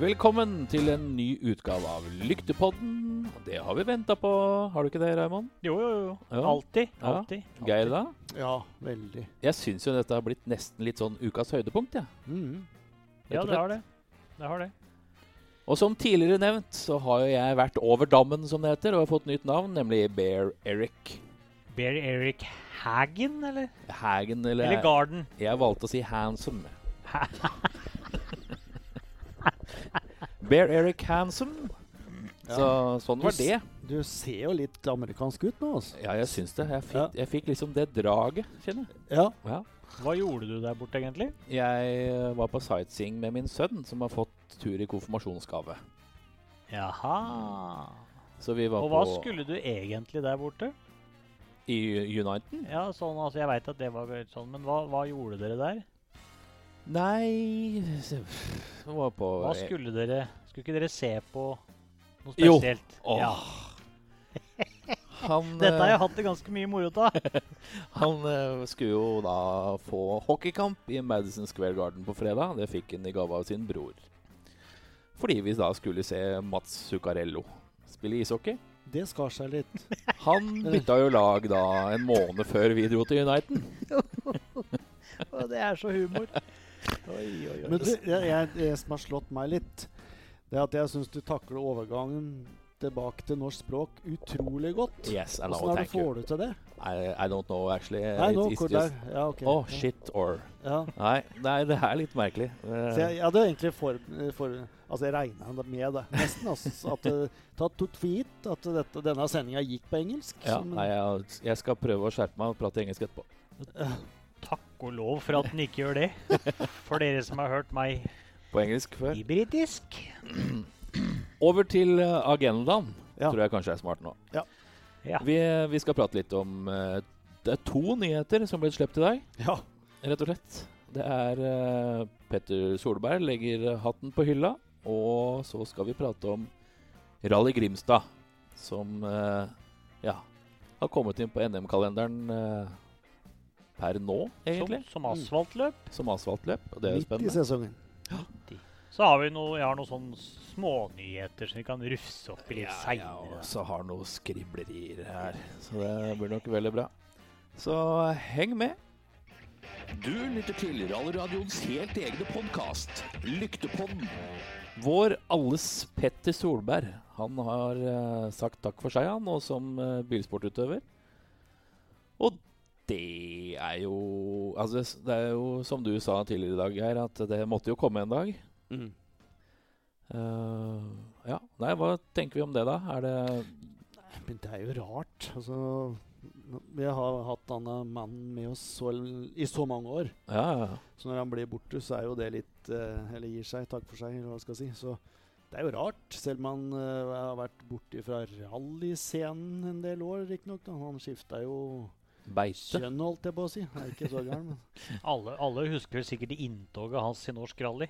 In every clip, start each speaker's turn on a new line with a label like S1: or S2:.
S1: Velkommen til en ny utgave av Lyktepodden. Det har vi venta på, har du ikke det, Raymond?
S2: Jo, jo, jo.
S1: Ja.
S2: Alltid.
S1: Ja.
S2: Alltid.
S1: Geir, da?
S3: Ja, veldig.
S1: Jeg syns jo dette har blitt nesten litt sånn ukas høydepunkt, jeg.
S3: Mm.
S1: Rett
S2: Ja,
S1: og
S2: det
S1: slett.
S2: har det. Det har det.
S1: Og som tidligere nevnt, så har jo jeg vært over dammen, som det heter, og har fått nytt navn, nemlig Bear Eric
S2: Bear Eric Hagen, eller?
S1: Hagen. Eller,
S2: Eller Garden.
S1: jeg valgte å si Handsome. Bear Eric Handsome. Så sånn var
S3: Du s-
S1: det.
S3: Du ser jo litt amerikansk ut nå, altså.
S1: Ja, jeg syns det. Jeg fikk, jeg fikk liksom det draget, kjenner jeg.
S3: Ja.
S1: Ja.
S2: Hva gjorde du der borte, egentlig?
S1: Jeg eh, var på sightseeing med min sønn, som har fått tur i konfirmasjonsgave.
S2: Jaha.
S1: Så vi var
S2: Og hva
S1: på
S2: skulle du egentlig der borte?
S1: i Uniten.
S2: Ja, sånn, altså, Jeg veit at det var veldig sånn, men hva, hva gjorde dere der?
S1: Nei s- Vi var på
S2: Hva skulle dere Skulle ikke dere se på noe
S1: Jo.
S2: spesielt?
S1: Åh.
S2: Ja.
S1: Han,
S2: Dette har
S1: eh,
S2: jeg hatt det ganske mye moro av.
S1: han eh, skulle jo da få hockeykamp i Madison Square Garden på fredag. Det fikk han i gave av sin bror. Fordi vi da skulle se Mats Zuccarello spille ishockey.
S3: Det skar seg litt.
S1: Han bytta jo lag da en måned før vi dro til Uniten.
S2: Og Det er så humor. Oi, oi, oi.
S3: Men du, jeg, jeg, det som har slått meg litt, det er at jeg syns du takler overgangen tilbake til norsk språk utrolig godt.
S1: Yes, I know,
S3: Åssen
S1: thank you.
S3: får du til det?
S1: I, Eh, I don't know, actually.
S3: Nei, nå
S1: It's
S3: går det
S1: just,
S3: der. Ja, ok.
S1: oh, shit, or
S3: Ja.
S1: Nei, nei, det er litt merkelig. Eh,
S3: Så jeg, jeg hadde egentlig for, for Altså, jeg regna med det, nesten. Altså, at det tatt tot for gitt at dette, denne sendinga gikk på engelsk.
S1: ja,
S3: så- men-
S1: nei, jeg, jeg skal prøve å skjerpe meg og prate engelsk etterpå.
S2: Takk og lov for at den ikke gjør det. For dere som har hørt meg
S1: På engelsk før.
S2: i britisk.
S1: Over til eh, agendaen,
S3: Ja.
S1: tror jeg kanskje er smart nå.
S3: Ja.
S2: Ja.
S1: Vi, eh, vi skal prate litt om eh, Det er to nyheter som ble sluppet i dag,
S3: ja.
S1: rett og slett. Det er eh, Petter Solberg legger hatten på hylla, og så skal vi prate om Rally Grimstad, som eh, ja, har kommet inn på NM-kalenderen eh, per nå,
S2: Som,
S1: egentlig,
S2: som
S3: Mm.
S2: asfaltløp.
S1: som asfaltløp. Og det er
S3: Midt i
S1: spennende.
S3: sesongen.
S2: Så har vi noe, jeg har noen sånne smånyheter som vi kan rufse opp i litt
S1: Ja, jeg
S2: seinere.
S3: altså.
S1: også har noen skriblerier her, så det blir nok veldig bra. Så heng med.
S4: Du lytter til Rallradioens helt egne podkast, Lyktepodden.
S1: Vår alles Petter Solberg. Han har eh, sagt takk for seg, han, og som eh, bilsportutøver. Og det er jo Altså, s- det er jo som du sa tidligere i dag, Geir, at det måtte jo komme en dag. Eh, ja. Nei, hva tenker vi om det, da? Er det
S3: Men det er jo rart. Altså, nå- vi har hatt denne mannen med oss så, l- i så mange år.
S1: Ja, ja, ja.
S3: Så når han blir borte, så er jo det litt eh, Eller gir seg, takk for seg, eller hva jeg skal si. Så det er jo rart. Selv om han eh, har vært borte fra rallyscenen en del år, riktignok. da. Han skifta jo
S1: beite?
S3: kjønn, holdt jeg på å si. Han er ikke så gæren, men
S2: Alle, alle husker vel sikkert inntoget hans i norsk rally.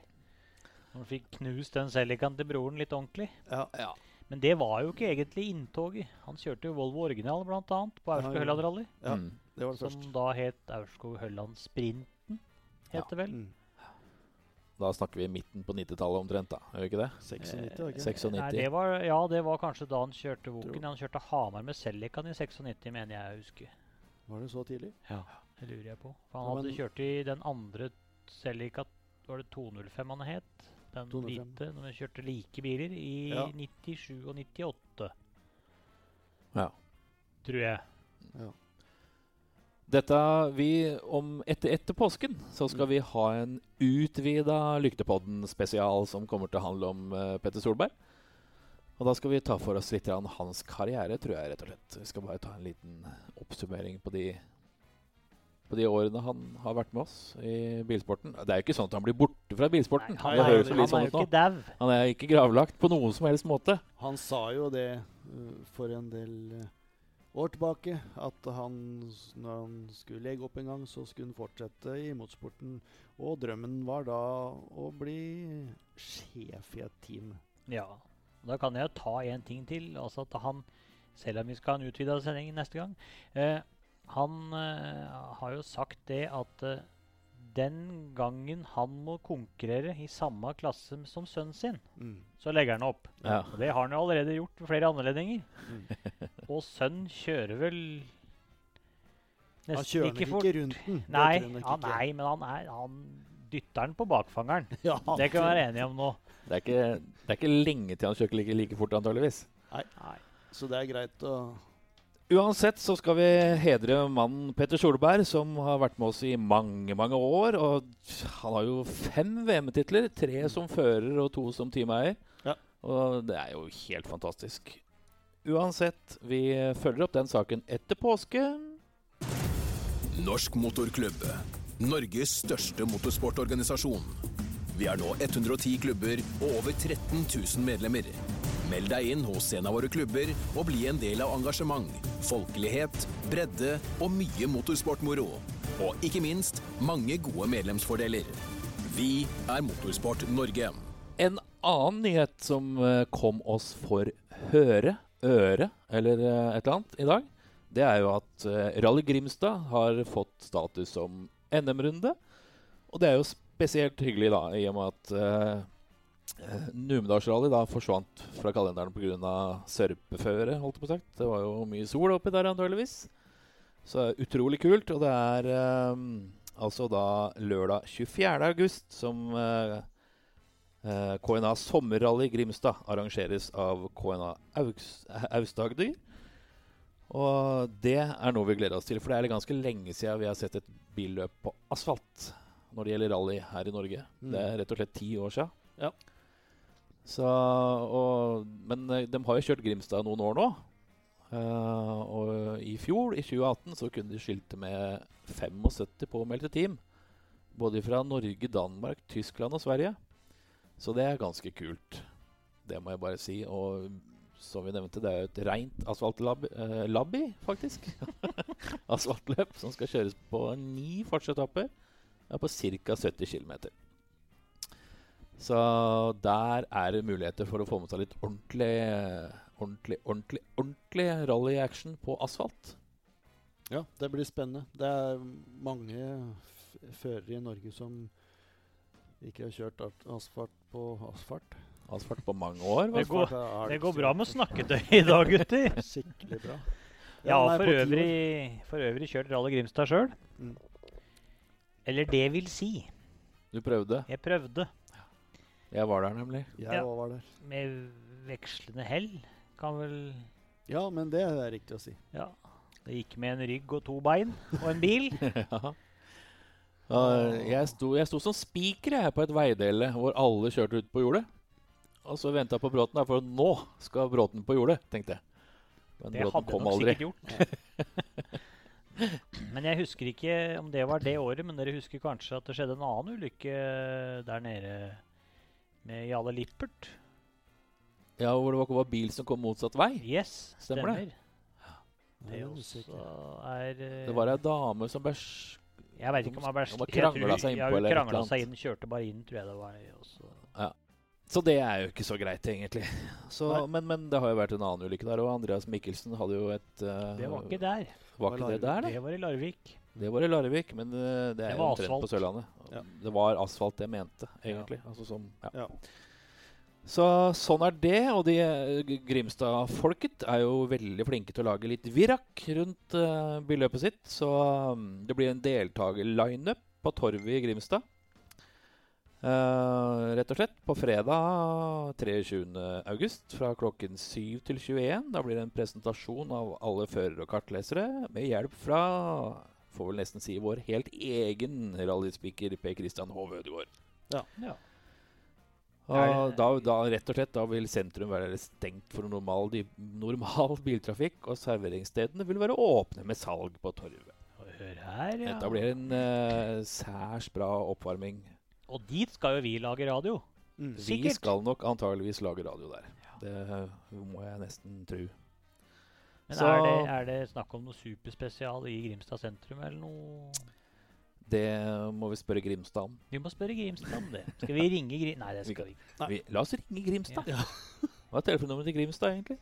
S2: Når han fikk knust den Celican til broren litt ordentlig.
S3: ja.
S2: Men det var jo ikke egentlig inntoget. Han kjørte jo Volvo original, blant annet, på
S3: Ja, ja.
S2: Aurskog-Høland rally.
S3: Ja.
S1: Mm.
S3: Det var det
S2: Som
S3: første.
S2: da het Aurskog-Høland Sprinten, het det vel.
S3: Mm.
S1: Da snakker vi midten på 90-tallet omtrent, da. Gjør vi ikke det?
S3: 96, var det ikke?
S1: 96.
S2: Nei, det var, ja, det var kanskje da han kjørte
S3: Tror.
S2: Woken. Han kjørte Hamar med Celican i 96, mener jeg å huske.
S3: Var det så tidlig?
S2: Det lurer jeg på. For han
S3: Ja,
S2: hadde
S3: men-
S2: kjørt i den andre Celica Var det 205 han het? Den
S3: 205.
S2: hvite. Når vi kjørte like biler i
S3: Ja.
S2: 97 og 98.
S1: Ja.
S2: Tror jeg.
S1: Dette vi om etter, etter påsken så
S2: Mm.
S1: skal vi ha en utvida Lyktepodden-spesial som kommer til å handle om eh, Petter Solberg. Og da skal vi ta for oss litt grann hans karriere, tror jeg, rett og slett. Vi skal bare ta en liten oppsummering på de, på de årene han har vært med oss i bilsporten. Det er jo ikke sånn at han blir borte fra bilsporten.
S2: han,
S1: det
S2: er, jo-
S1: høres jo litt
S2: han
S1: sånn
S2: er jo
S1: ut nå.
S2: ikke dau.
S1: Han er ikke gravlagt på noen som helst måte.
S3: Han sa jo det eh, for en del eh, år tilbake at han, s- når han skulle legge opp en gang, så skulle han fortsette i motorsporten. Og drømmen var da å bli sjef i et team.
S2: Ja. Og Da kan jeg jo ta en ting til. altså at han, Selv om vi skal ha en utvida sending neste gang. Eh, han eh, har jo sagt det at eh, den gangen han må konkurrere i samme klasse m- som sønnen sin,
S3: Mm.
S2: så legger han opp.
S1: Ja.
S2: Og det har han jo allerede gjort ved flere anledninger.
S3: Mm.
S2: Og sønnen kjører vel
S3: Han kjører nok
S2: fort.
S3: ikke rundt den. det
S2: Nei,
S3: tror jeg nok
S2: ja,
S3: ikke.
S2: nei, men han, er, han dytter den på bakfangeren.
S3: Ja,
S2: Det kan vi være enige om nå.
S1: Det, er ikke, det er ikke lenge til han kjører like, like fort, antageligvis.
S2: Nei.
S3: Så det er greit å
S1: Uansett så skal vi hedre mannen Petter Solberg, som har vært med oss i mange, mange år. Og han har jo fem VM-titler. Tre som fører og to som teameier.
S3: Ja.
S1: Og det er jo helt fantastisk. Uansett, vi følger opp den saken etter påske.
S5: Norsk Motorklubb. Norges største motorsportorganisasjon. Vi er nå 110 klubber og over 13 000 medlemmer. Meld deg inn hos en av våre klubber og bli en del av engasjement, folkelighet, bredde og mye motorsportmoro. Og ikke minst mange gode medlemsfordeler. Vi er Motorsport Norge.
S1: En annen nyhet som eh, kom oss for høre, øre eller eh, et eller annet i dag, det er jo at eh, Rally Grimstad har fått status som NM-runde. Og det er jo spesielt hyggelig, da, i og med at eh, eh, Numedalsrally da forsvant fra kalenderen pga. sørpeføre, holdt jeg på å sagt. Det var jo mye sol oppi der, antageligvis. Så det er utrolig kult. Og det er eh, altså da lørdag 24. august som eh, Eh, KNA Sommerrally Grimstad arrangeres av KNA Augs- Au- Aust-Agder. Og det er noe vi gleder oss til, for det er ganske lenge siden vi har sett et billøp på asfalt når det gjelder rally her i Norge.
S3: Mm.
S1: Det er rett og slett ti år siden.
S3: Ja.
S1: Så, og, men eh, de har jo kjørt Grimstad noen år nå. Eh, og i fjor, i 2018, så kunne de skilte med 75 påmeldte team. Både fra Norge, Danmark, Tyskland og Sverige. Så det er ganske kult. Det må jeg bare si. Og som vi nevnte, det er jo et rent asfaltlabby, eh, labby, faktisk. Asfaltløp som skal kjøres på ni fartsetapper. Det er på ca. 70 km. Så der er det muligheter for å få med seg litt ordentlig, eh, ordentlig, ordentlig, ordentlig rally-action på asfalt.
S3: Ja, det blir spennende. Det er mange f førere i Norge som ikke har kjørt at- asfalt på asfalt.
S1: Asfalt på mange år.
S2: Det
S1: Hva?
S2: går-
S3: Asfalt er- er
S2: Det
S3: ikke
S2: går
S3: så
S2: bra med snakketøy i dag, gutter.
S3: Skikkelig bra.
S2: Jeg
S3: den
S2: har
S3: er
S2: for
S3: på ti år.
S2: øvrig, for øvrig kjørt Rally Grimstad sjøl.
S3: Mm.
S2: Eller det vil si,
S1: Du prøvde.
S2: jeg prøvde
S1: Jeg var der, nemlig.
S3: Jeg
S2: Ja.
S3: også var der.
S2: med vekslende hell. Kan vel
S3: Ja, men det er riktig å si.
S2: Ja. Det gikk med en rygg og to bein og en bil.
S1: ja. Og jeg, sto, jeg sto som spiker jeg, på et veidele hvor alle kjørte ut på jordet. Og så venta på Bråten, der, for nå skal Bråten på jordet, tenkte jeg. Men
S2: Det
S1: Bråten
S2: hadde
S1: kom
S2: nok
S1: aldri.
S2: sikkert gjort. Men jeg husker ikke om det var det året, men dere husker kanskje at det skjedde en annen ulykke eh, der nede med Jarle Lippert?
S1: Ja, hvor det var, var bil som kom motsatt vei.
S2: Yes,
S1: Stemmer
S2: stemmer.
S1: det.
S2: Det
S3: Ja,
S2: også
S3: sikkert.
S2: er eh,
S1: Det var ei dame som ble sj-
S2: Jeg vet ikke om han ble
S1: Om han
S2: jeg tror-
S1: kranglet seg
S2: ja,
S1: innpå
S2: hun
S1: eller et
S2: kranglet
S1: eller
S2: seg
S1: annet.
S2: inn, kjørte bare inn, tror jeg det var. og så-
S1: Så det er jo ikke så greit, egentlig. Så,
S3: Nei.
S1: men, men det har jo vært en annen ulykke der òg. Andreas Mikkelsen hadde jo et eh,
S2: Det var ikke der.
S1: var ikke det der, da.
S2: Det var i Larvik.
S1: Det var i Larvik, men eh, det er jo
S2: Det var
S1: omtrent
S2: asfalt.
S1: på Sørlandet.
S3: Ja.
S1: Det var asfalt jeg mente, egentlig. Altså som, ja.
S3: Ja.
S1: Så sånn er det. Og de eh, G- Grimstad-folket er jo veldig flinke til å lage litt virak rundt uh, billøpet sitt. Så mm, det blir en deltakerlineup på Torvet i Grimstad. Eh, rett og slett på fredag 23. august fra klokken 7 til 21. Da blir det en presentasjon av alle førere og kartlesere med hjelp fra Får vel nesten si vår helt egen rallyspeaker Per Christian Hove Ødegaard.
S2: Ja. Er
S1: Og
S2: det-
S1: da, da, rett og slett, da vil sentrum være stengt for normal, di- normal biltrafikk, og serveringsstedene vil være åpne med salg på torvet.
S2: Og hør her, ja.
S1: Dette blir en eh, særs bra oppvarming.
S2: Og dit skal jo vi lage radio.
S3: Mm.
S1: Vi
S2: Sikkert.
S1: skal nok antageligvis lage radio der. Det må jeg nesten tro.
S2: Men
S1: Så-
S2: er, det, er det snakk om noe superspesial i Grimstad sentrum eller noe?
S1: Det må vi spørre Grimstad om.
S2: Vi må spørre Grimstad om det. Skal vi ringe Grim... Nei, det skal vi ikke.
S3: Nei.
S1: Vi, la oss ringe Grimstad.
S2: Ja.
S1: Hva er telefonnummeret til Grimstad, egentlig?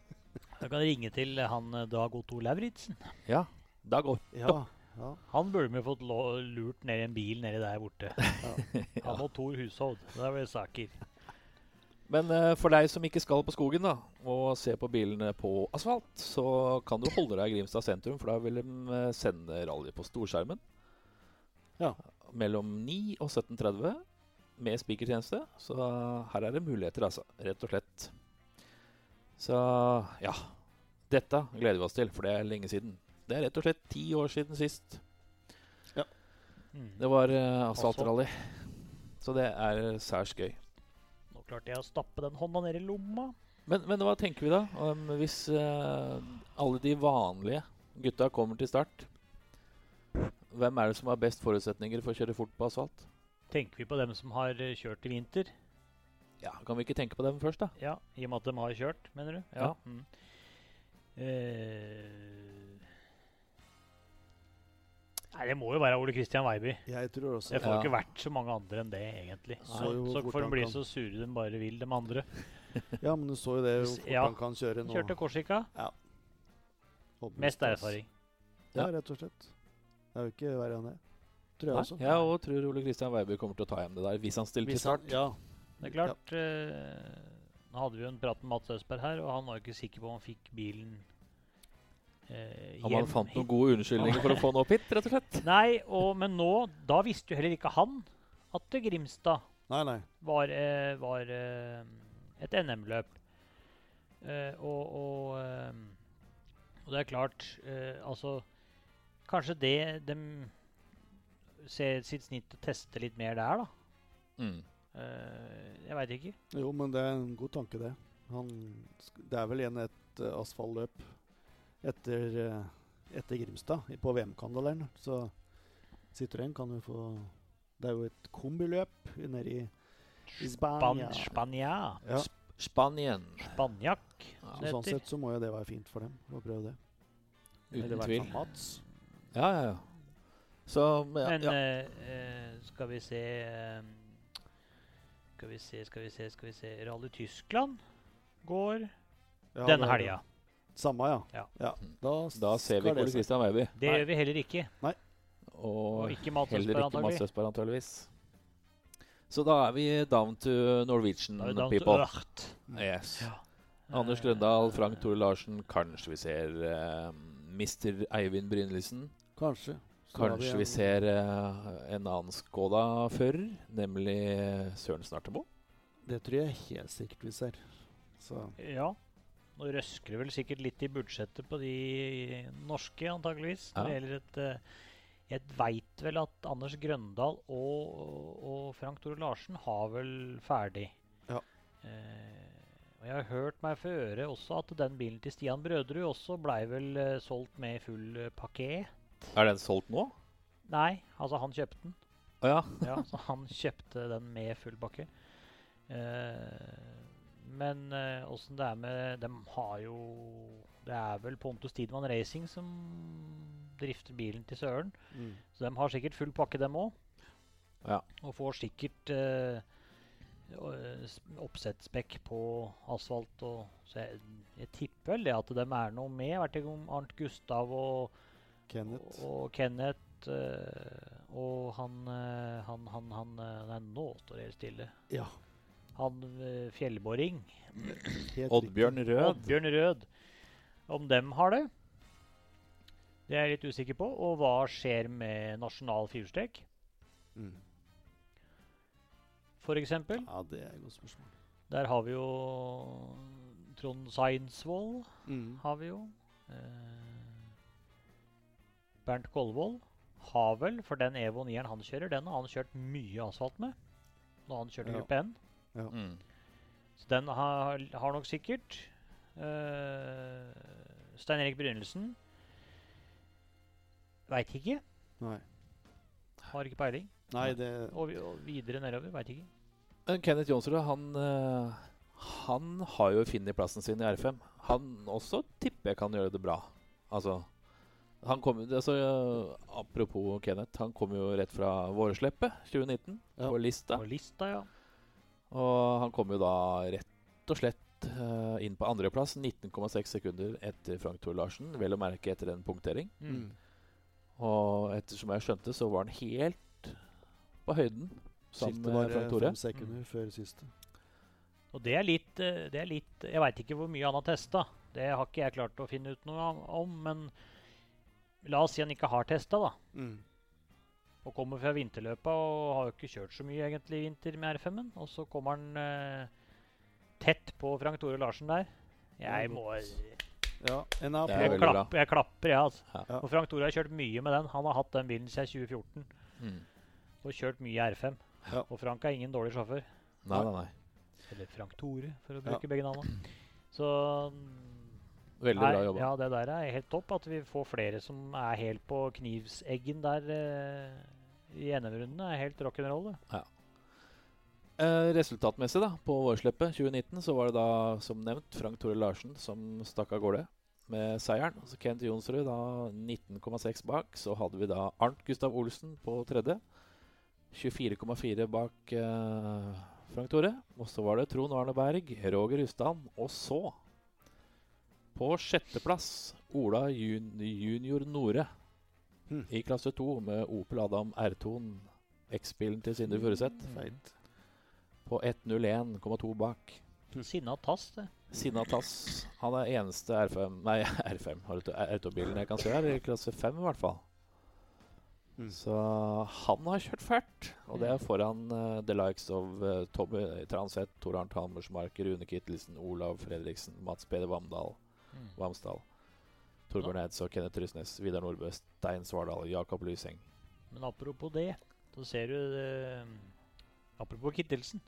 S2: Da kan vi ringe til han eh, Dag Otto Lauritzen.
S1: Ja, da går
S3: Ja, ja.
S2: Han burde vi fått lo- lurt ned i en bil nede der borte. Han og Tor Hushovd. Da blir det saker.
S1: Men eh, for deg som ikke skal på skogen da, og ser på bilene på asfalt, så kan du holde deg i Grimstad sentrum, for da vil de eh, sende rally på storskjermen.
S3: Ja.
S1: Mellom 9 og 17.30 med spikertjeneste. Så her er det muligheter, altså. Rett og slett. Så ja. Dette gleder vi oss til, for det er lenge siden. Det er rett og slett ti år siden sist.
S2: Mm.
S1: Det var eh, asfaltrally. Så det er særs gøy.
S2: Nå klarte jeg å stappe den hånda ned i lomma.
S1: Men, men hva tenker vi da? Om hvis eh, alle de vanlige gutta kommer til start, hvem er det som har best forutsetninger for å kjøre fort på asfalt?
S2: Tenker vi på dem som har eh, kjørt i vinter?
S1: Ja, Kan vi ikke tenke på dem først, da?
S2: Ja, i og med at de har kjørt, mener du?
S1: Ja.
S2: Mm. Eh, Nei, det må jo være Ole Kristian Weiby.
S3: Jeg tror også
S2: Det får
S1: Ja.
S2: ikke vært så mange andre enn det, egentlig.
S3: Så
S2: Så,
S3: jo
S2: så
S3: fort
S2: får de
S3: han
S2: bli
S3: kan.
S2: så sure de bare vil, de andre.
S3: Ja, men du så jo det hvor fort
S2: Ja.
S3: han kan kjøre nå.
S2: Kjørte Korsika.
S3: Håpløst,
S2: Mest
S3: ass.
S2: erfaring.
S3: Ja, rett og slett. Det er jo ikke verre enn det. Tror jeg
S1: Nei,
S3: også.
S1: jeg òg tror Ole Kristian Weiby kommer til å ta hjem det der, hvis han stiller til
S3: Hvis han,
S1: start.
S3: ja.
S2: Det er klart eh, Nå hadde vi jo en prat med Mats Østberg her, og han var jo ikke sikker på om han fikk bilen eh,
S1: Om han
S2: hjem
S1: fant
S2: hit.
S1: noen gode unnskyldninger for å få den opp hit, rett og slett.
S2: Nei, og, men nå Da visste jo heller ikke han at Grimstad
S3: Nei, nei.
S2: var, eh, var eh, et NM-løp. Eh, og, og, eh, og det er klart eh, Altså, kanskje det de ser sitt snitt og tester litt mer der, da.
S1: Mm.
S2: Eh, jeg veit ikke.
S3: Jo, men det er en god tanke, det. Han, sk- det er vel igjen et eh, asfaltløp etter, eh, etter Grimstad, i- på VM-kandelen. Så Citroën kan jo få Det er jo et kombiløp nede i, i
S2: Ban
S3: Spania.
S2: Spania.
S3: Ja,
S1: Spanien.
S2: Banjakk.
S1: Ja,
S2: som
S3: så
S2: det
S3: sånn
S2: heter.
S3: sett så må jo det være fint for dem å prøve det. Eller i
S1: Uten
S3: hvert
S1: tvil.
S3: fall Mats.
S1: Ja, ja, ja. Så ja,
S2: Men
S1: ja.
S2: eh, eh, skal vi se eh, Skal vi se, skal vi se, skal vi se Rally Tyskland går
S3: Ja, det
S2: denne
S3: er det.
S2: helga.
S3: Samme, ja.
S2: Ja.
S3: Da,
S1: Da ser vi
S3: skal
S1: ikke
S3: det
S1: Ole
S3: seg.
S1: Kristian Weiby.
S2: Det
S3: Nei.
S2: gjør vi heller ikke. Og
S1: Og
S2: ikke Mats
S1: Heller
S2: Østberg,
S1: ikke Mads
S2: antagelig.
S1: Østberg, antageligvis. Så da er vi down to Norwegian
S2: Da er vi down to
S1: Mm, people.
S2: earth.
S1: Yes.
S2: Ja.
S1: Anders
S2: Eh,
S1: Grøndal, Frank Tore Larsen. Kanskje vi ser eh, Mr. Eivind Brynildsen.
S3: Kanskje. Så har
S1: Kanskje
S3: en-
S1: vi ser eh, en annen Skoda-fører, nemlig Søren Snartemo.
S3: Det tror jeg helt sikkert vi ser. Så
S2: Ja. Nå røsker det vel sikkert litt i budsjettet på de norske, antageligvis.
S1: Ja.
S2: Når det gjelder et eh, Jeg veit vel at Anders Grøndal og, og Frank Tore Larsen har vel ferdig.
S3: Ja.
S2: Eh, og jeg har hørt meg for øre også at den bilen til Stian Brødrud også blei vel eh, solgt med full eh, pakke.
S1: Er den solgt nå?
S2: Nei, altså han kjøpte den.
S1: Å ja.
S2: Ja, så han kjøpte den med full pakke. Eh, men eh, åssen det er med De har jo Det er vel Pontus Tidemann Racing som drifter bilen til Søren.
S3: mm.
S2: Så de har sikkert full pakke, dem òg.
S1: Ja.
S2: Og får sikkert eh, å- eh, s- oppsettspekk på asfalt og Så jeg, jeg tipper vel det at de er noe med. Vært i gang med Arnt Gustav og
S3: Kenneth.
S2: og Kenneth eh, og han, eh, han, han, han eh, Nei, nå står det helt stille.
S3: Ja,
S2: Han eh, fjellboring.
S3: helt
S1: Oddbjørn Rød.
S2: Oddbjørn Rød. Om dem har det? Det er jeg litt usikker på. Og hva skjer med nasjonal firstek,
S3: riktig. Mm.
S2: f.eks.?
S3: Ja, det er et godt spørsmål.
S2: Der har vi jo Trond Seinsvold. har vi jo. Eh, Bernt Kolvold har vel, for den Evo 9-eren han kjører, den har han kjørt mye asfalt med. Når han kjørte
S3: Ja.
S2: gruppe N.
S1: Mm.
S2: Så den har, har nok sikkert. Eh, Stein Erik Brynelsen veit ikke.
S3: Nei.
S2: Har ikke peiling.
S3: Nei, det
S2: Og, vi- og videre nedover veit ikke.
S1: Men Kenneth Jonsrud, han, eh, Han har jo funnet plassen sin i R5. Han også tipper jeg kan gjøre det bra. Altså, han kom, altså øh, Apropos Kenneth, han kom jo rett fra Vårsleppet 2019
S3: Ja.
S1: på lista.
S2: På lista, ja.
S1: Og han kom jo da rett og slett eh, inn på andreplass, 19,6 sekunder etter Frank Thor Larsen. Vel å merke etter en punktering.
S2: Mm.
S1: Og ettersom jeg skjønte, så var han helt på høyden sammen
S3: Skiltet
S1: med
S3: var
S1: Frank
S3: eh,
S1: Tore.
S3: fem sekunder
S2: Mm.
S3: før siste.
S2: Og det er litt, eh, det er litt Jeg veit ikke hvor mye han har testa. Det har ikke jeg klart å finne ut noe om- om, men la oss si han ikke har testa, da. Og kommer fra vinterløpet og har jo ikke kjørt så mye egentlig i vinter med R5-en. Og så kommer han eh, tett på Frank Tore Larsen der. Jeg
S3: Det er
S2: må
S3: Ja,
S1: Det er
S2: jeg,
S3: en applaus.
S1: veldig bra.
S2: klapper, jeg klapper, jeg, altså.
S1: Ja.
S2: Og Frank Tore har kjørt mye med den. Han har hatt den bilen siden 2014
S1: Mm.
S2: og kjørt mye i R5.
S3: Ja.
S2: Og Frank er ingen dårlig sjåfør.
S1: Nei, nei, nei.
S2: Eller Frank Tore, for å
S3: Ja.
S2: bruke begge navnene. Så
S1: Veldig
S2: nei,
S1: bra jobba.
S2: Ja, det der er helt topp. At vi får flere som er helt på knivseggen der eh, i NM-rundene, er helt rock'n'roll. det.
S1: Eh, resultatmessig, da, på vårsleppet 2019, så var det da, som nevnt, Frank Tore Larsen som stakk av gårde med seieren. Så Kent Jonsrud da 19,6 bak. Så hadde vi da Arnt Gustav Olsen på tredje. 24,4 bak eh, Frank Tore. Og så var det Trond Arne Berg, Roger Hustan, og så på sjetteplass Ola jun Junior Nore
S3: Hm.
S1: i klasse 2 med Opel Adam R2-en, X-bilen til Sindre Furuseth
S3: Feit.
S1: på 1.01,2 bak.
S2: Sinna tass, det.
S1: Sina Tass. Han er eneste R5 Nei, R5 har du autobilen jeg kan se her, i klasse 5 i hvert fall.
S3: Mm.
S1: Så han har kjørt fælt, og det er foran eh, the likes of eh, Tommy Transeth, Tor Arnt Hammersmark, Rune Kittelsen, Olav Fredriksen, Mats Peder Vamdal, Vamsdal, Torbjørn Eids og Kenneth Rysnes, Vidar Nordbø, Stein Svardal, Jakob Lyseng.
S2: Men apropos det, så ser du eh, Apropos Kittelsen.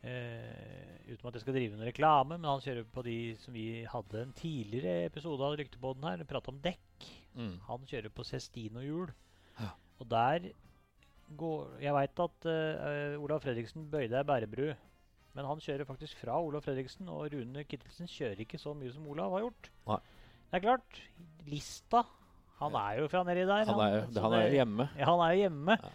S2: Eh, uten at jeg skal drive noen reklame, men han kjører på de som vi hadde en tidligere episode av Lyktepodden her. Prate om dekk. Han kjører på Cestino-hjul.
S1: Ja.
S2: Og der går Jeg veit at eh, Olav Fredriksen bøyde ei bærebru. Men han kjører faktisk fra Olav Fredriksen, og Rune Kittelsen kjører ikke så mye som Olav har gjort.
S1: Nei.
S2: Det er klart. Lista Han er jo fra nedi der.
S1: Han er jo
S2: så
S1: han er jo
S2: det-
S1: hjemme.
S2: ja, han er jo hjemme.
S1: Ja.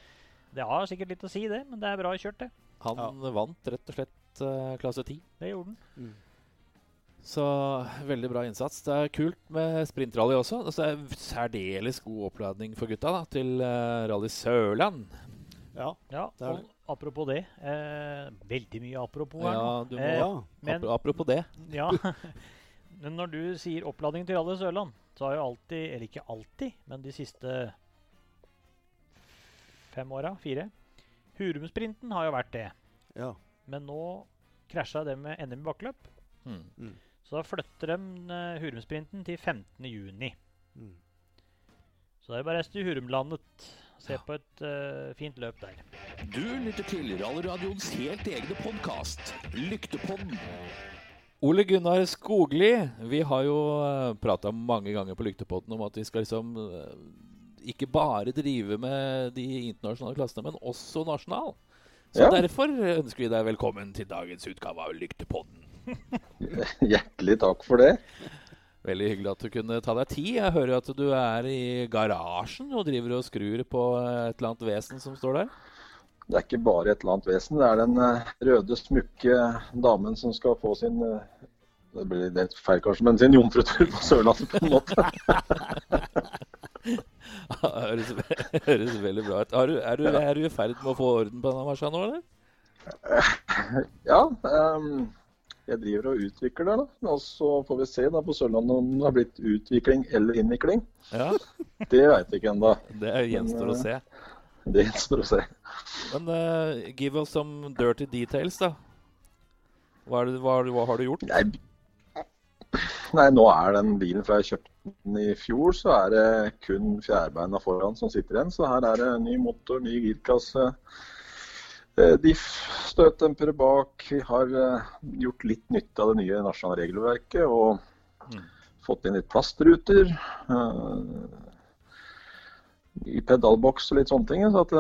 S2: Det har sikkert litt å si, det, men det er bra kjørt, det.
S1: Han vant rett og slett eh, klasse 10.
S2: Det gjorde han.
S3: Mm.
S1: Så veldig bra innsats. Det er kult med sprintrally også. Altså, det er særdeles god oppladning for gutta da, til eh, Rally Sørland.
S3: Ja.
S2: Ja,
S3: Det er
S2: og apropos det eh, Veldig mye apropos her nå.
S1: Ja, du må,
S2: Eh,
S3: ja.
S2: Men
S1: apro- apropos det.
S2: ja. Men når du sier oppladning til Rally Sørland, så har jo alltid, eller ikke alltid, men de siste fem åra, fire Hurumsprinten har jo vært det.
S3: ja.
S2: Men nå krasja det med NM i bakkeløp,
S1: Mm.
S2: så da flytter de eh, Hurumsprinten til 15.6.
S3: Mm.
S2: Så det er bare å reise til Hurumlandet. Se
S1: Ja.
S2: på et eh, fint løp der.
S4: Du lytter til Rallradioens helt egne podkast, Lyktepodden.
S1: Ole Gunnar Skogli, vi har jo uh, prata mange ganger på Lyktepodden om at vi skal liksom eh, ikke bare drive med de internasjonale klassene, men også nasjonal. Så
S6: Ja.
S1: derfor ønsker vi deg velkommen til dagens utgave av Lyktepodden.
S6: Hjertelig takk for det.
S1: Veldig hyggelig at du kunne ta deg tid. Jeg hører at du er i garasjen og driver og skrur på eh, et eller annet vesen som står der.
S6: Det er ikke bare et eller annet vesen. Det er den eh, røde, smukke damen som skal få sin eh, Det blir litt feil, kanskje, men sin jomfrutur på Sørlandet, på en måte.
S1: høres, ve- høres veldig bra ut. Har du, er, du, er du i ferd med å få orden på denne marsjen nå, eller?
S6: Ja, ehm, jeg driver og utvikler det, da. Og så får vi se da på Sørlandet om det har blitt utvikling eller innvikling.
S1: Ja,
S6: Det veit jeg ikke ennå.
S1: det gjenstår å se.
S6: Det gjenstår å se.
S1: Men eh, give us some dirty details, da. Hva, er det, hva, hva har du gjort?
S6: Nei, nei, nå er den bilen fra jeg kjøpte den i fjor, så er det kun fjærbeina foran som sitter igjen. Så her er det ny motor, ny girkasse. eh, Diff, støtdempere bak. Vi har eh, gjort litt nytte av det nye nasjonale regelverket og
S1: Mm.
S6: fått inn litt plastruter. eh, I pedalboks og litt sånne ting. Så at,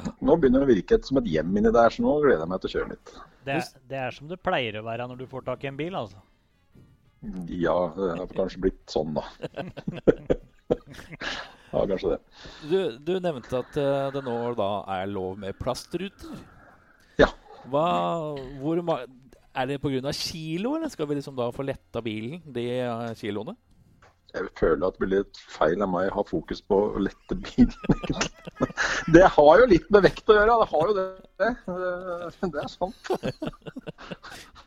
S6: eh, nå begynner det å virke et- som et hjem inni der, så nå gleder jeg meg til å kjøre litt.
S2: Det, er- det er som det pleier å være når du får tak i en bil, altså.
S6: Ja, det har kanskje blitt sånn, da. ja, kanskje det.
S1: Du, du nevnte at eh, det nå da er lov med plastruter.
S6: Ja.
S1: Hva, hvor, ma- er det pga. kilo, eller skal vi liksom da få letta bilen, de eh, kiloene?
S6: Jeg føler at det blir litt feil av meg å ha fokus på å lette bilen. egentlig. Det har jo litt med vekt å gjøre, det har jo det. Det, det er sant.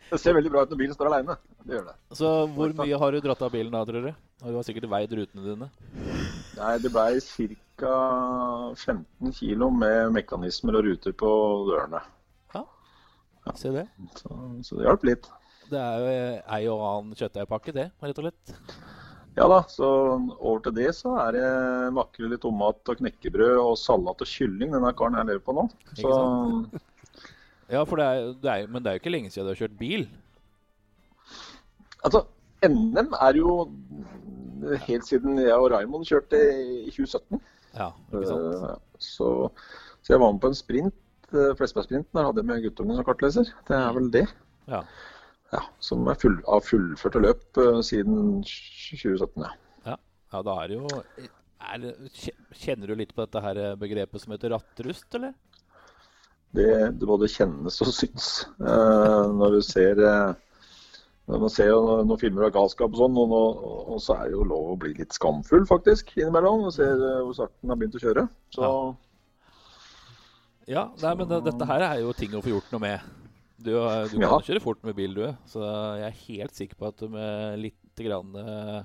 S6: Det ser veldig bra ut når bilen står aleine. Det gjør det.
S1: Så hvor mye har du dratt av bilen da, tror du? Og du har sikkert veid rutene dine.
S6: Nei, det ble ca. 15 kg med mekanismer og ruter på dørene.
S1: Se det.
S6: Så, så det hjalp litt.
S1: Det er jo eh, ei og annen kjøttdeigpakke, det, rett og slett.
S6: Ja da, så over til det så er det makrell i tomat og knekkebrød og salat og kylling denne karen jeg lever på nå. Så
S1: Ja, for det er, det er, men det er jo ikke lenge siden du har kjørt bil.
S6: Altså, NM er jo helt siden jeg og Raymond kjørte i 2017.
S1: Ja, ikke sant?
S6: Eh, Så, så jeg var med på en sprint, eh, Flesbergsprinten. Der hadde jeg med guttungen som kartleser. Det er vel det.
S1: Ja.
S6: Ja, Som er full, har fullførte løp eh, siden 2017, ja.
S1: Ja, da er det jo er, det- kje- Kjenner du litt på dette her eh, begrepet som heter rattrust, eller?
S6: Det, det både kjennes og syns eh, når du ser eh, når man ser jo noen noen filmer av galskap og sånn, og, nå- og så er det jo lov å bli litt skamfull faktisk innimellom. Og ser eh, hvor sakte den har begynt å kjøre. Så
S1: Ja, nei, men det, dette her er jo ting å få gjort noe med. Du, eh, du kan
S6: Ja.
S1: jo kjøre fort med bil, du. Så jeg er helt sikker på at med litt grann, eh,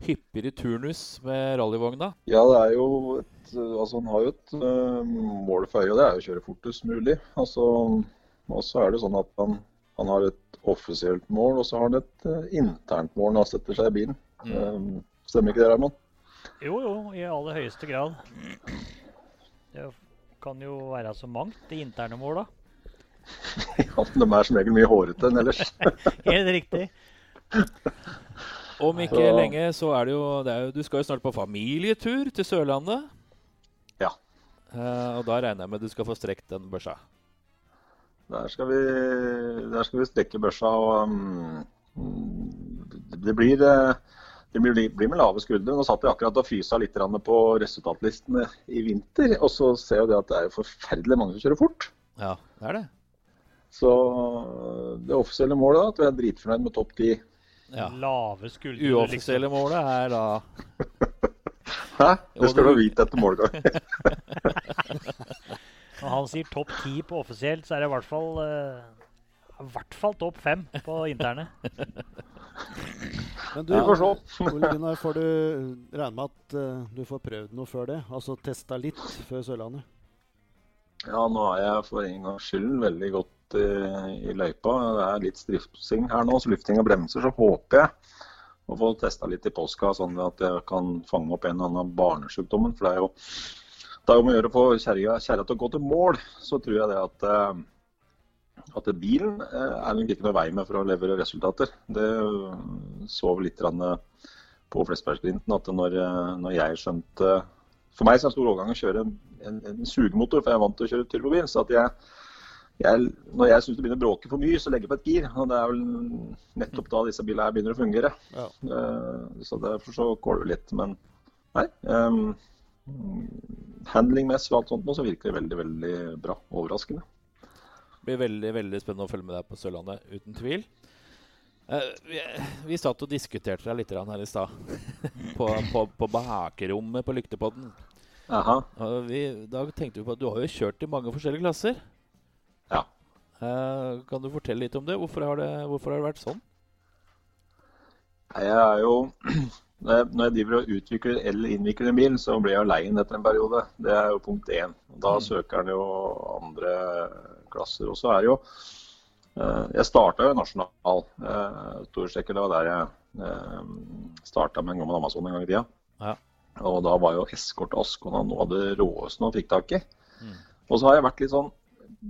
S1: hyppigere turnus med rallyvogna
S6: ja, det er jo et, eh, altså man har jo et eh, mål for øye, og det er jo å kjøre fortest mulig. Altså, og så er det sånn at han, han har et offisielt mål, og så har han et eh, internt mål når han setter seg i bilen. Eh, stemmer ikke det, Raymond?
S2: Jo, jo, i aller høyeste grad. Det kan jo være så mangt, de interne måla.
S6: Ja, de er som regel mye hårete enn ellers.
S2: Helt riktig.
S1: Om ikke
S6: Ja.
S1: lenge så er det jo, det er jo Du skal jo snart på familietur til Sørlandet.
S6: Ja.
S1: Eh, og da regner jeg med du skal få strekt den børsa.
S6: Der skal vi, der skal vi strekke børsa og um, det- det blir eh, det blir, blir med lave skuldre. Nå satt jeg akkurat og fysa litt grann på resultatlistene i vinter, og så ser jeg det at det er jo forferdelig mange som kjører fort.
S1: Ja, det er det.
S6: Så eh, det offisielle målet er at vi er dritfornøyd med topp ti.
S1: Ja.
S2: Lave skuldre. liksom.
S1: Uoffisielle målet er da
S6: Hæ?
S1: Jo,
S6: Det skal
S1: det-
S6: du vite etter målgang.
S2: Når han sier topp ti på offisielt, så er det i hvert fall eh, i hvert fall topp fem på interne.
S3: Men du,
S6: Vi får se.
S3: Ole Gunnar, får du regne med at eh, du får prøvd noe før det? Altså testa litt før Sørlandet?
S6: Ja, nå er jeg for en gangs skyld veldig godt eh, i løypa. Det er litt stripsing her nå, så lufting og bremser. Så håper jeg å få testa litt i påska, sånn at jeg kan fange opp en og annen barnesjukdommen. For det er jo det er jo om å gjøre å få kjerringa kjerra til å gå til mål. Så tror jeg det at, eh, at bilen eh, er nok ikke noe vei med for å levere resultater. Det eh, så vi litt grann, eh, på Flesbergsprinten at når, eh, når jeg skjønte for meg så er det en stor overgang å kjøre en, en, en sugemotor, for jeg er vant til å kjøre turbobil. Så at jeg, jeg, når jeg syns det begynner å bråke for mye, så legger jeg på et gir. Og det er vel nettopp da disse bilene her begynner å fungere.
S3: Ja.
S6: Eh, så derfor så kåler det litt. Men nei. ehm, mm, Handlingmessig og alt sånt nå, så virker det veldig, veldig bra. Overraskende.
S1: blir veldig veldig spennende å følge med deg på Sørlandet, uten tvil. Eh, vi, vi satt og diskuterte deg litt grann her i stad, på, på, på bakrommet på Lyktepodden.
S6: Aha.
S1: Og vi, da tenkte vi på at du har jo kjørt i mange forskjellige klasser.
S6: Ja.
S1: Eh, kan du fortelle litt om det? Hvorfor har det, hvorfor har det vært sånn?
S6: Nei, Jeg er jo Når jeg- når jeg driver og utvikler eller innvikler en bil, så blir jeg jo lei den etter en periode. Det er jo punkt én. Og Da søker en jo andre klasser. Og så er det jo eh, Jeg starta jo i nasjonal. eh, Storsekker, det var der jeg starta med en gammel Amazon en gang i tida.
S1: Ja.
S6: Og da var jo eskorte Askona noe av det råeste man fikk tak i. Og så har jeg vært litt sånn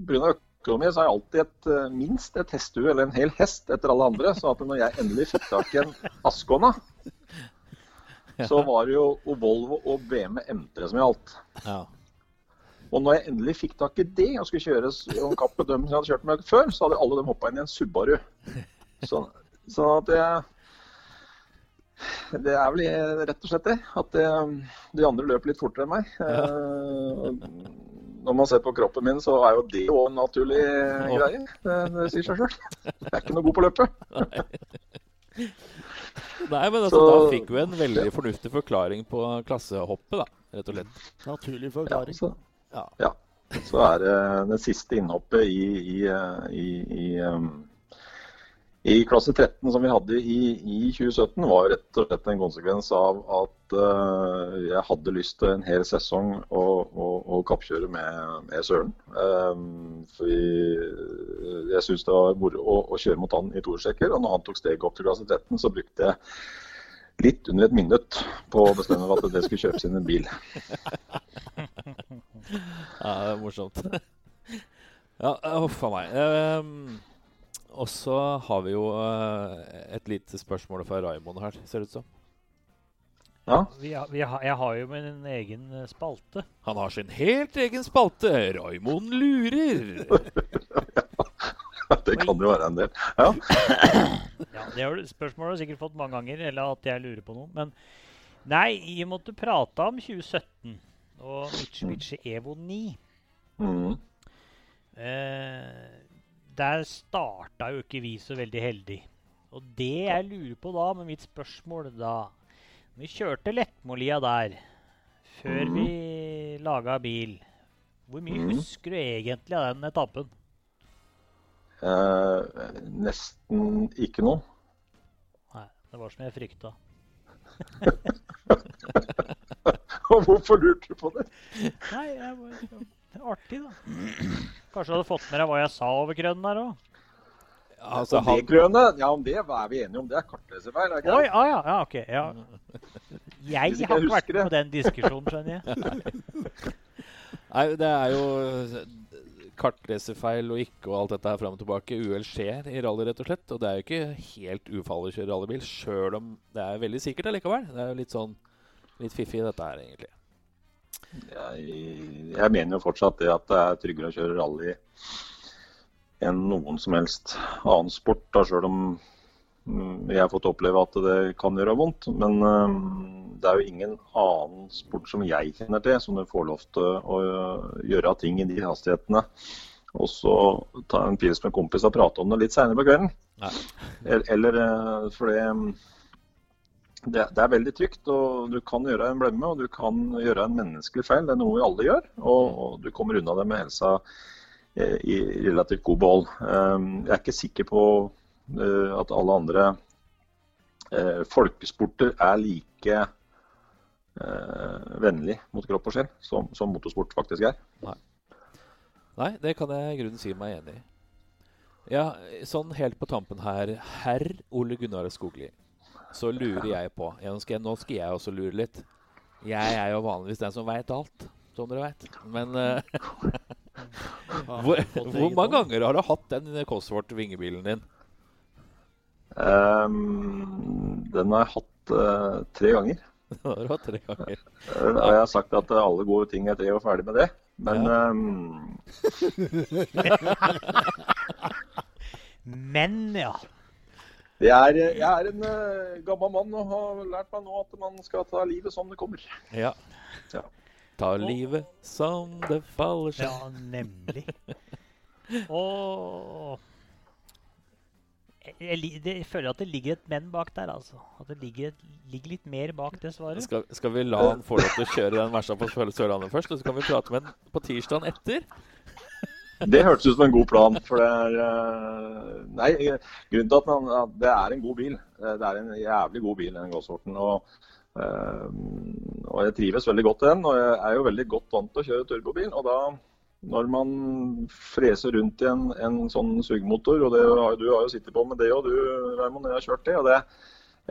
S6: Pga. økonomi så har jeg alltid et, eh, minst et hestehue eller en hel hest etter alle andre. Så at når jeg endelig fikk tak i en Askona, så var det jo Volvo og BMW M3 som gjaldt.
S1: Ja.
S6: Og når jeg endelig fikk tak i det og skulle kjøre s- om kapp med dem som jeg hadde kjørt med før, så hadde alle dem hoppa inn i en Subaru. Så, så at jeg det er vel eh, rett og slett det. At eh, de andre løper litt fortere enn meg. Eh, Når man ser på kroppen min, så er jo det òg en naturlig eh,
S1: Åh.
S6: greie. Det, det sier seg sjøl. Jeg er ikke noe god på å løpe.
S1: Nei, men altså, da
S6: Så-
S1: fikk vi en veldig fornuftig forklaring på klassehoppet, da. Rett og slett.
S3: Naturlig
S6: Ja,
S3: forklaring.
S6: så,
S1: Ja.
S6: ja. så er det det siste innhoppet i, i, eh, i, i em, i klasse 13 som vi hadde i, i 2017, var jo rett og slett en konsekvens av at eh, jeg hadde lyst til en hel sesong å, å, å kappkjøre med, med Søren. Um, for vi, jeg syns det var moro å, å kjøre mot han i toersekker, og når han tok steget opp til klasse 13, så brukte jeg litt under et minutt på å bestemme meg at det skulle kjøpes inn en bil.
S1: Ja, det er morsomt. ja, huff a meg. Ehm, og så har vi jo eh, et lite spørsmål fra Raymond her, ser det ut som.
S6: Ja,
S2: Vi har, vi har, jeg har jo min egen eh, spalte.
S1: Han har sin helt egen spalte, Raymond lurer.
S6: det kan jo være en del. Ja.
S2: Ja, det har du, spørsmålet har du sikkert fått mange ganger, eller at jeg lurer på noe. Men nei, jeg måtte prate om 2017 og Mitsubishi Evo 9.
S6: Mm.
S2: Eh, der starta jo ikke vi så veldig heldig. Og det jeg lurer på da, med mitt spørsmål da Vi kjørte Lettmolia der før
S6: Mhm.
S2: vi laga bil. Hvor mye
S6: Mhm.
S2: husker du egentlig av den etappen?
S6: Eh, nesten ikke noe.
S2: Nei, det var som jeg frykta.
S6: Hvorfor lurte du på det?
S2: Nei, jeg var, det var artig, da. Kanskje du hadde fått med deg hva jeg sa over krønnen der òg?
S1: Altså,
S6: om det
S1: han,
S6: grønne, ja, om det er vi enige om. Det er kartleserfeil, er ikke
S2: Oi,
S6: det?
S2: ah, ja, ja, ok. Ja. Jeg
S6: Hvis
S2: har
S6: ikke jeg
S2: ikke vært
S6: husker
S2: med
S6: det.
S2: på den diskusjonen, skjønner jeg.
S1: nei, det er jo eh, kartleserfeil og ikke og alt dette her fram og tilbake. Uhell skjer i rally, rett og slett. Og det er jo ikke helt ufarlig å kjøre rallybil, sjøl om det er veldig sikkert allikevel. Det er jo litt sånn litt fiffig, dette her, egentlig.
S6: Jeg, jeg mener jo fortsatt det at det er tryggere å kjøre rally enn noen som helst annen sport, da, selv om mm, jeg har fått oppleve at det kan gjøre vondt. Men eh, det er jo ingen annen sport som jeg kjenner til, som du får lov til å gjøre ting i de hastighetene. Og så ta en pils med en kompis og prate om det litt seinere på kvelden.
S1: Nei.
S6: El- Eller, eh, for det, mm, det, det er veldig trygt, og du kan gjøre en blemme og du kan gjøre en menneskelig feil. Det er noe vi alle gjør, og, og du kommer unna det med helsa eh, i relativt god behold. Ehm, Jeg er ikke sikker på eh, at alle andre eh, folkesporter er like eh, vennlig mot kropp og sjel som, som motorsport faktisk er.
S1: Nei, det kan jeg i grunnen si meg enig i. Ja, sånn helt på tampen her, herr Ole Gunnar Skogli, så lurer jeg på ja, nå, skal jeg, nå skal jeg også lure litt. Jeg er jo vanligvis den som veit alt, som dere veit. Men eh, hvor, hvor mange ganger har du hatt den Cosworth vingebilen din?
S6: Ehm, Den har jeg hatt eh, tre ganger.
S1: Du har hatt tre ganger.
S6: Eh, Og jeg har sagt at eh, alle gode ting er tre og ferdig med det. Men ehm,
S2: Men, ja.
S6: Det er, jeg er en eh, gammel mann og har lært meg nå at man skal ta livet som det kommer.
S1: Ja.
S6: Ja.
S1: Ta livet som det faller seg.
S2: Ja, nemlig. Og jeg, jeg, li- det, jeg føler at det ligger et men bak der, altså. At det ligger, et, ligger litt mer bak det svaret.
S1: Skal, skal vi la han få lov til å kjøre den versa på Sør- Sørlandet først, og så kan vi prate med han på tirsdagen etter?
S6: Det hørtes ut som en god plan. For det er eh, Nei, eh, grunnen til at, man, at det er en god bil. Eh, Det er en jævlig god bil, den Gåsorten. Og, eh, og jeg trives veldig godt i den. Og jeg er jo veldig godt vant til å kjøre turbobil. Og da, når man freser rundt i en, en sånn sugemotor, og det, har- du har jo sittet på med det og du, Raymond, jeg har kjørt det. og det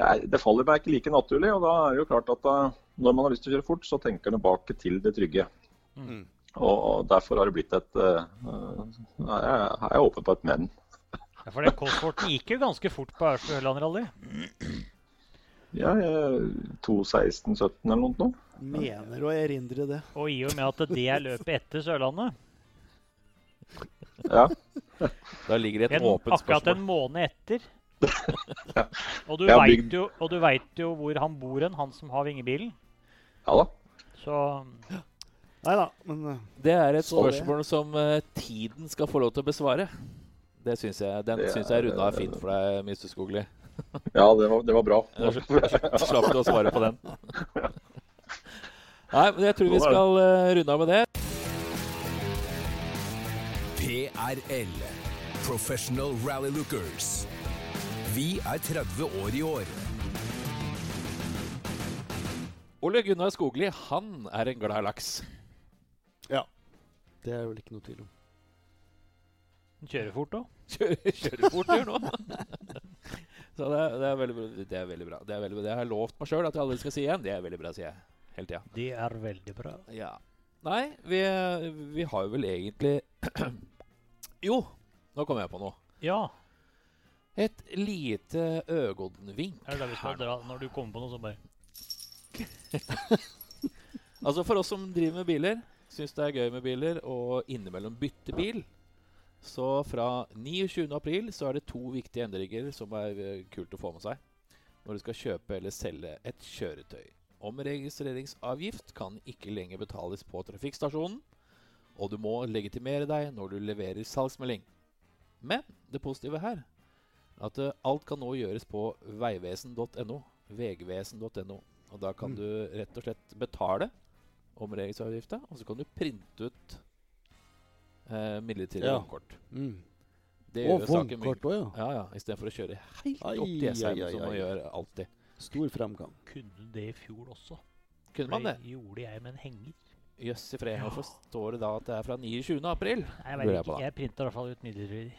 S6: jeg, det faller meg ikke like naturlig. Og da er det jo klart at eh, når man har lyst til å kjøre fort, så tenker en tilbake til det trygge.
S3: Mm.
S6: Og, og derfor har det blitt et eh, eh, Jeg jeg er åpen på et men.
S2: Ja, for den Cosworthen gikk jo ganske fort på Aurskog-Høland-rally.
S6: Ja, jeg- 2.16-17 eller noe sånt nå.
S3: Mener å erindre det.
S2: Og i og med at det er løpet etter Sørlandet,
S6: Ja.
S1: Da ligger det et
S2: en,
S1: åpent
S2: akkurat en
S1: spørsmål.
S2: måned etter Og du
S6: Jeg har
S2: veit
S6: bygd-
S2: jo, og du vet jo hvor han bor hen, han som har vingebilen.
S6: ja da.
S2: Så
S3: Nei da, men eh,
S1: Det er et
S3: Så det.
S1: spørsmål som eh, tiden skal få lov til å besvare. Det syns jeg, den
S6: Det
S1: syns jeg
S6: er-
S1: runda er fint for deg, Mr. Skogli.
S6: Ja, det var, det var bra.
S1: Jeg slapp du å svare på den. Nei, men jeg tror vi
S6: Sånn er det.
S1: skal eh, runde av med det.
S5: PRL Professional Rally Lookers. Vi er 30 år i år.
S1: Ole Gunnar Skogli, han er en glad laks.
S3: det er vel ikke noe tvil om.
S2: han kjører fort òg.
S1: Kjører, kjører fort gjør nå. Så det er, det, er veldig, bra- det er veldig bra. Det, er veldig, bra. det har jeg lovt meg sjøl at jeg aldri skal si igjen. Det er veldig bra, sier jeg hele tida.
S2: Det er veldig bra.
S1: Ja. Nei, vi, vi har jo vel egentlig Jo, nå kom jeg på noe.
S2: Ja.
S1: Et lite øyegodnvink.
S2: Er det der vi skal
S1: her nå.
S2: dra når du kommer på noe sånt bare
S1: Altså For oss som driver med biler, syns det er gøy med biler, og innimellom bytte bil. Så fra 29. april så er det to viktige endringer som er eh, kult å få med seg når du skal kjøpe eller selge et kjøretøy. Omregistreringsavgift kan ikke lenger betales på trafikkstasjonen, og du må legitimere deg når du leverer salgsmelding. Men det positive her er at eh, alt kan nå gjøres på vegvesen.no, vegvesen.no. Og da kan
S3: Mm.
S1: du rett og slett betale omregistreringsavgifta, og så kan du printe ut eh, midlertidig
S3: Ja.
S1: vognkort.
S3: Mm.
S1: Det
S3: Og
S1: gjør jo saken mye
S3: vognkort òg, ja.
S1: ja, ja. Istedenfor å kjøre helt
S3: Ai,
S1: opp til
S3: ai,
S1: Jessheim,
S3: ai,
S1: som man
S3: ai.
S1: gjør alltid.
S3: Stor fremgang.
S2: Kunne det i fjor også.
S1: Kunne man det?
S2: For gjorde jeg med en henger.
S1: Jøss i fred, hvorfor står det da at det er fra 29. april?
S2: Nei, jeg
S1: Lurer
S2: vet
S1: jeg på
S2: ikke.
S1: da.
S2: Jeg printer i hvert fall ut midlertidig.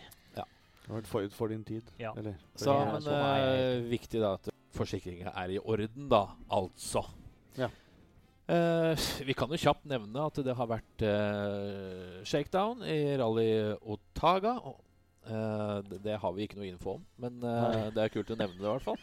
S3: Du har vært forut for din tid.
S2: Ja.
S3: Eller
S1: Så,
S2: Ja,
S1: men
S2: så er-
S1: eh, viktig da at forsikringa er i orden, da. Altså.
S3: Ja.
S1: Eh, vi kan jo kjapt nevne at det har vært eh, shakedown i rally Otaga. Og, eh, det, det har vi ikke noe info om, men eh, det er kult å nevne det i hvert fall.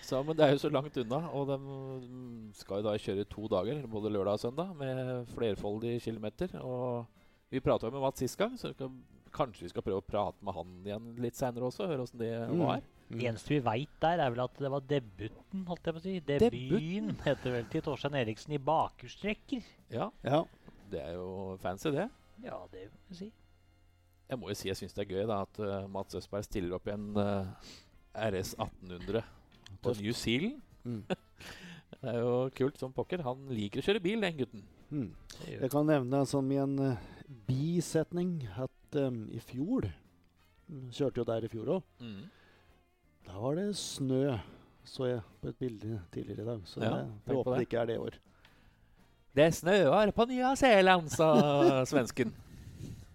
S1: Så, men det er jo så langt unna, og de skal jo da kjøre to dager, både lørdag og søndag, med flerfoldige kilometer. Og vi prata jo med Mats sist gang, så vi skal, kanskje vi skal prøve å prate med han igjen litt seinere også, høre åssen det
S3: Mm.
S1: var.
S3: Mm.
S2: Det eneste vi veit der, er vel at det var debuten, holdt jeg på å si. Debuten heter vel til Torstein Eriksen i bakhjulstrekker.
S1: Ja,
S3: Ja.
S1: det er jo fancy, det.
S2: Ja, det må vi si.
S1: Jeg må jo si jeg syns det er gøy da at eh, Mats Østberg stiller opp i en eh, RS 1800 på
S3: Tøft.
S1: New Zealand.
S3: Mm.
S1: Det er jo kult som pokker. Han liker å kjøre bil, den gutten.
S3: Mm.
S2: Det gjør
S3: Jeg kan nevne som i en eh, bisetning at em, i fjor mm, Kjørte jo der i fjor òg.
S1: Mm.
S3: Da var det snø, så jeg på et bilde tidligere i dag. Så
S1: Ja,
S3: det,
S1: tenk på
S3: det håper
S1: det.
S3: det ikke er det i år.
S1: Det snøer på Nya-Zeeland, sa svensken.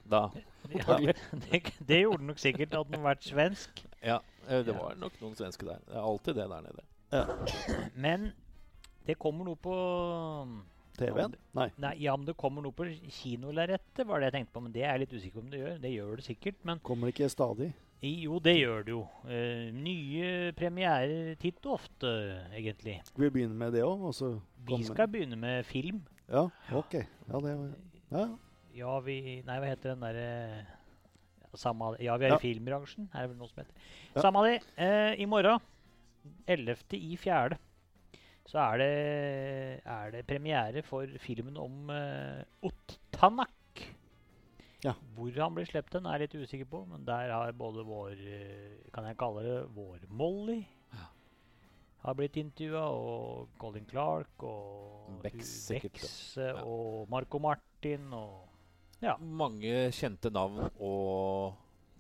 S1: Da.
S2: Ja, det, det gjorde den nok sikkert, hadde den vært svensk.
S1: Ja, eh, det var nok noen svenske der. Det er alltid det der nede.
S2: Men det kommer noe på
S3: TV-en? Nei.
S2: Nei, ja, men det kommer noe på kinolerretet, var det jeg tenkte på. Men det er jeg litt usikker på om det gjør. Det gjør det sikkert. Men
S3: Kommer det ikke stadig?
S2: i- jo, det gjør det jo. Eh, nye premierer titt og ofte, egentlig.
S3: Skal vi begynne med det òg? Og så
S2: Vi
S3: komme-
S2: skal begynne med film.
S3: Ja, OK. Ja, det var ja.
S2: Ja, vi Nei, hva heter den derre Samme av det. Ja, vi er
S3: Ja.
S2: i filmbransjen. Er det vel noe som heter
S3: Ja.
S2: Samme av det. Eh, I morgen, 11. i fjerde, så er det, er det premiere for filmen om eh, Ottanak.
S3: Ja.
S2: Hvor han blir sluppet hen, er jeg litt usikker på, men der har både vår eh, Kan jeg kalle det vår Molly? Har blitt intervjua, og Colin Clark, og
S1: Bex sikkert,
S2: Bex, eh,
S1: ja.
S2: og Marco Martin, og
S1: Mange kjente navn og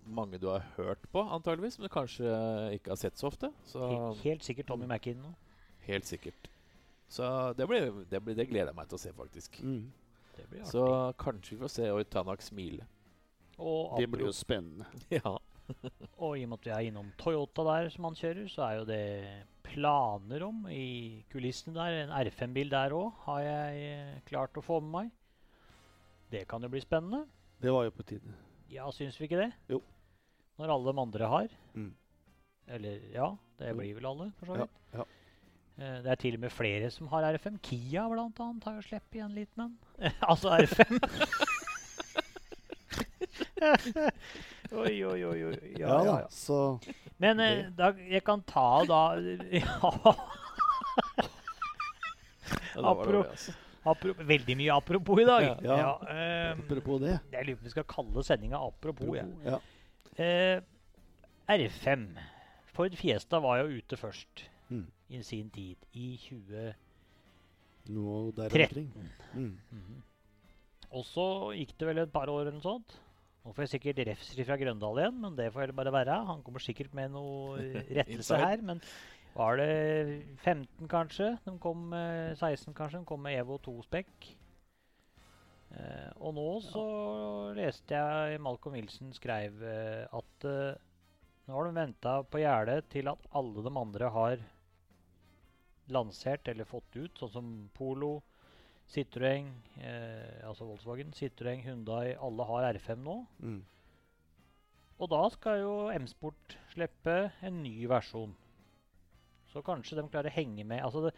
S1: mange du har hørt på, antageligvis, men du kanskje ikke har sett så ofte. Så
S2: Helt, helt sikkert Tommy McInno.
S1: helt sikkert. Så det, blir, det, blir, det gleder jeg meg til å se, faktisk.
S3: Mm.
S2: Det blir
S1: Så
S2: artig.
S1: kanskje vi får se Oi Tanak smile.
S2: Og,
S3: Det blir jo
S2: apropos-
S3: spennende.
S1: Ja.
S2: og i og med at vi er innom Toyota der som han kjører, så er jo det planer om i kulissene der. En R5-bil der òg har jeg eh, klart å få med meg. Det kan jo bli spennende.
S3: Det var jo på tide.
S2: Ja, syns vi ikke det?
S3: Jo.
S2: Når alle de andre har.
S3: Mm.
S2: Eller ja, det
S3: Jo.
S2: blir vel alle, for så
S3: Ja,
S2: vidt.
S3: ja.
S2: Eh, Det er til og med flere som har R5. Kia blant annet har jo sluppet igjen liten en. altså R5. oi, oi, oi. oi. Ja, ja, ja.
S3: da, så
S2: Men eh, da, jeg kan ta da ja,
S1: Ja, det var
S2: Apro-
S1: dårlig, altså.
S2: apro, Veldig mye apropos i dag.
S3: Ja.
S2: eh,
S3: apropos det.
S2: jeg lurer på om vi skal kalle sendinga apropos. jeg.
S3: Ja.
S2: Eh, R5. Ford Fiesta var jo ute først
S3: Mm.
S2: i sin tid, i 20...
S3: Noe der
S2: Tretten.
S3: omkring. Mm.
S2: Mhm. Og så gikk det vel et par år eller noe sånt. Nå får jeg sikkert refseri fra Grøndal igjen, men det får heller bare være. Han kommer sikkert med noe eh, rettelse
S1: Inside.
S2: her, men var det 15 kanskje? De kom med 16 kanskje? De kom med EVO 2-spekk. Eh, og nå så leste jeg Malcolm Wilson skrev eh, at eh, nå har de venta på gjerdet til at alle de andre har lansert eller fått ut, sånn som Polo, Citroën, eh, altså Volkswagen, Citroën, Hyundai, alle har R5 nå.
S3: Mm.
S2: Og da skal jo M-Sport slippe en ny versjon. Så kanskje de klarer å henge med. Altså, det,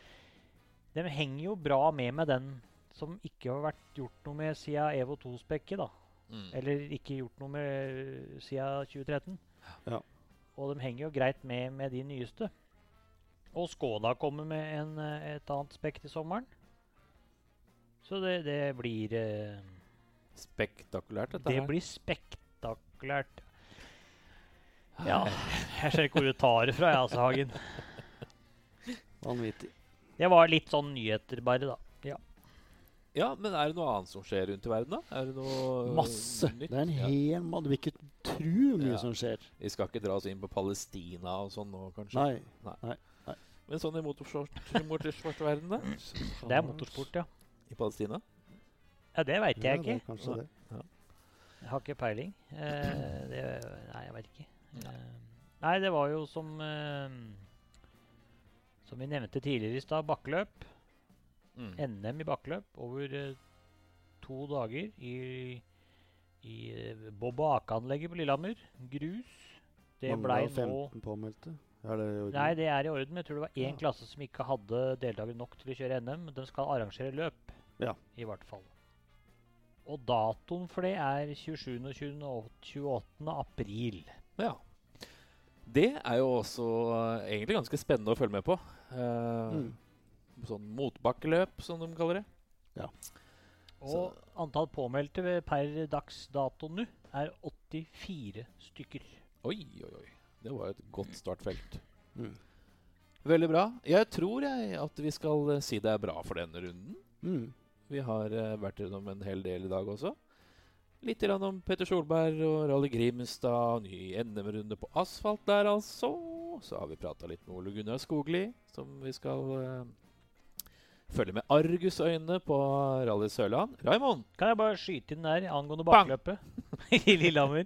S2: de henger jo bra med med den som ikke har vært gjort noe med siden EVO 2-spekket, da.
S1: Mm.
S2: Eller ikke gjort noe med eh, siden 2013.
S3: Ja.
S2: Og de henger jo greit med med de nyeste. Og Skoda kommer med en, eh, et annet spekk til sommeren. Så det, det blir eh,
S1: Spektakulært, dette
S2: Det
S1: her.
S2: blir spektakulært. Ja. Jeg ser ikke hvor du tar det fra, jeg, altså, Hagen.
S3: Vanvittig.
S2: Det var litt sånn nyheter, bare, da.
S1: Ja, men er det noe annet som skjer rundt i verden, da? Er det noe
S3: Masse!
S1: nytt?
S3: Det er en
S1: Ja.
S3: hel mann. Du vil ikke tro hvor mye
S1: Ja.
S3: som skjer.
S1: Vi skal ikke dra oss inn på Palestina og sånn nå, kanskje?
S3: Nei.
S1: Men sånn i motorsportverdenen, da?
S2: Det er motorsport, ja.
S1: I Palestina?
S2: Ja, Det veit
S3: Ja,
S2: jeg
S3: det er
S2: ikke.
S3: kanskje det.
S2: Jeg har ikke peiling. Eh, det, nei, jeg veit ikke. Eh, nei, det var jo som eh, Som vi nevnte tidligere i stad, bakkeløp.
S1: Mm.
S2: NM i bakkeløp over eh, to dager i, i eh, bob- og akeanlegget på Lillehammer. Grus. Det blei
S3: Manglet
S2: nå
S3: 15 påmeldte. Er det jo
S2: Nei, det er i orden. men Jeg tror det var én
S3: Ja.
S2: klasse som ikke hadde deltakere nok til å kjøre NM. men De skal arrangere løp,
S3: Ja.
S2: i hvert fall. Og datoen for det er 27. og 20. og 28. april.
S1: Ja. Det er jo også eh, egentlig ganske spennende å følge med på. Eh,
S3: Mm.
S1: Sånn motbakkeløp, som de kaller det.
S2: Og antall påmeldte ved- per dags dato nå er 84 stykker.
S1: Oi, oi, oi. Det var jo et godt startfelt.
S3: Mm.
S1: Veldig bra. Jeg tror jeg at vi skal eh, si det er bra for denne runden.
S3: Mm.
S1: Vi har eh, vært gjennom en hel del i dag også. Litt grann om Petter Solberg og Rally Grimstad. og Ny NM-runde på asfalt der, altså. Så har vi prata litt med Ole Gunnar Skogli, som vi skal eh, følge med argusøyne på Rally Sørland. Raymond!
S2: Kan jeg bare skyte inn der angående
S1: Bang!
S2: bakløpet i Lillehammer?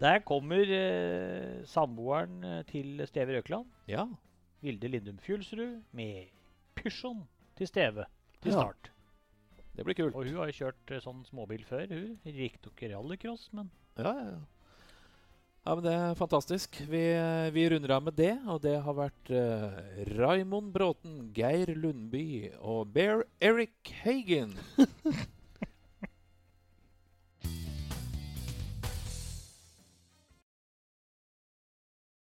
S2: Der kommer eh, samboeren eh, til Steve Røkland.
S1: Ja.
S2: Vilde Lindum Fjulsrud med pysjon til Steve til
S3: Ja.
S2: start.
S1: Det blir kult.
S2: Og hun har jo kjørt eh, sånn småbil før, hun. Riktignok rallycross, men
S1: Ja, ja, ja. Ja, men Det er fantastisk. Vi, eh, vi runder av med det. Og det har vært uh, Raimond Bråten, Geir Lundby og Bear Eric Hagen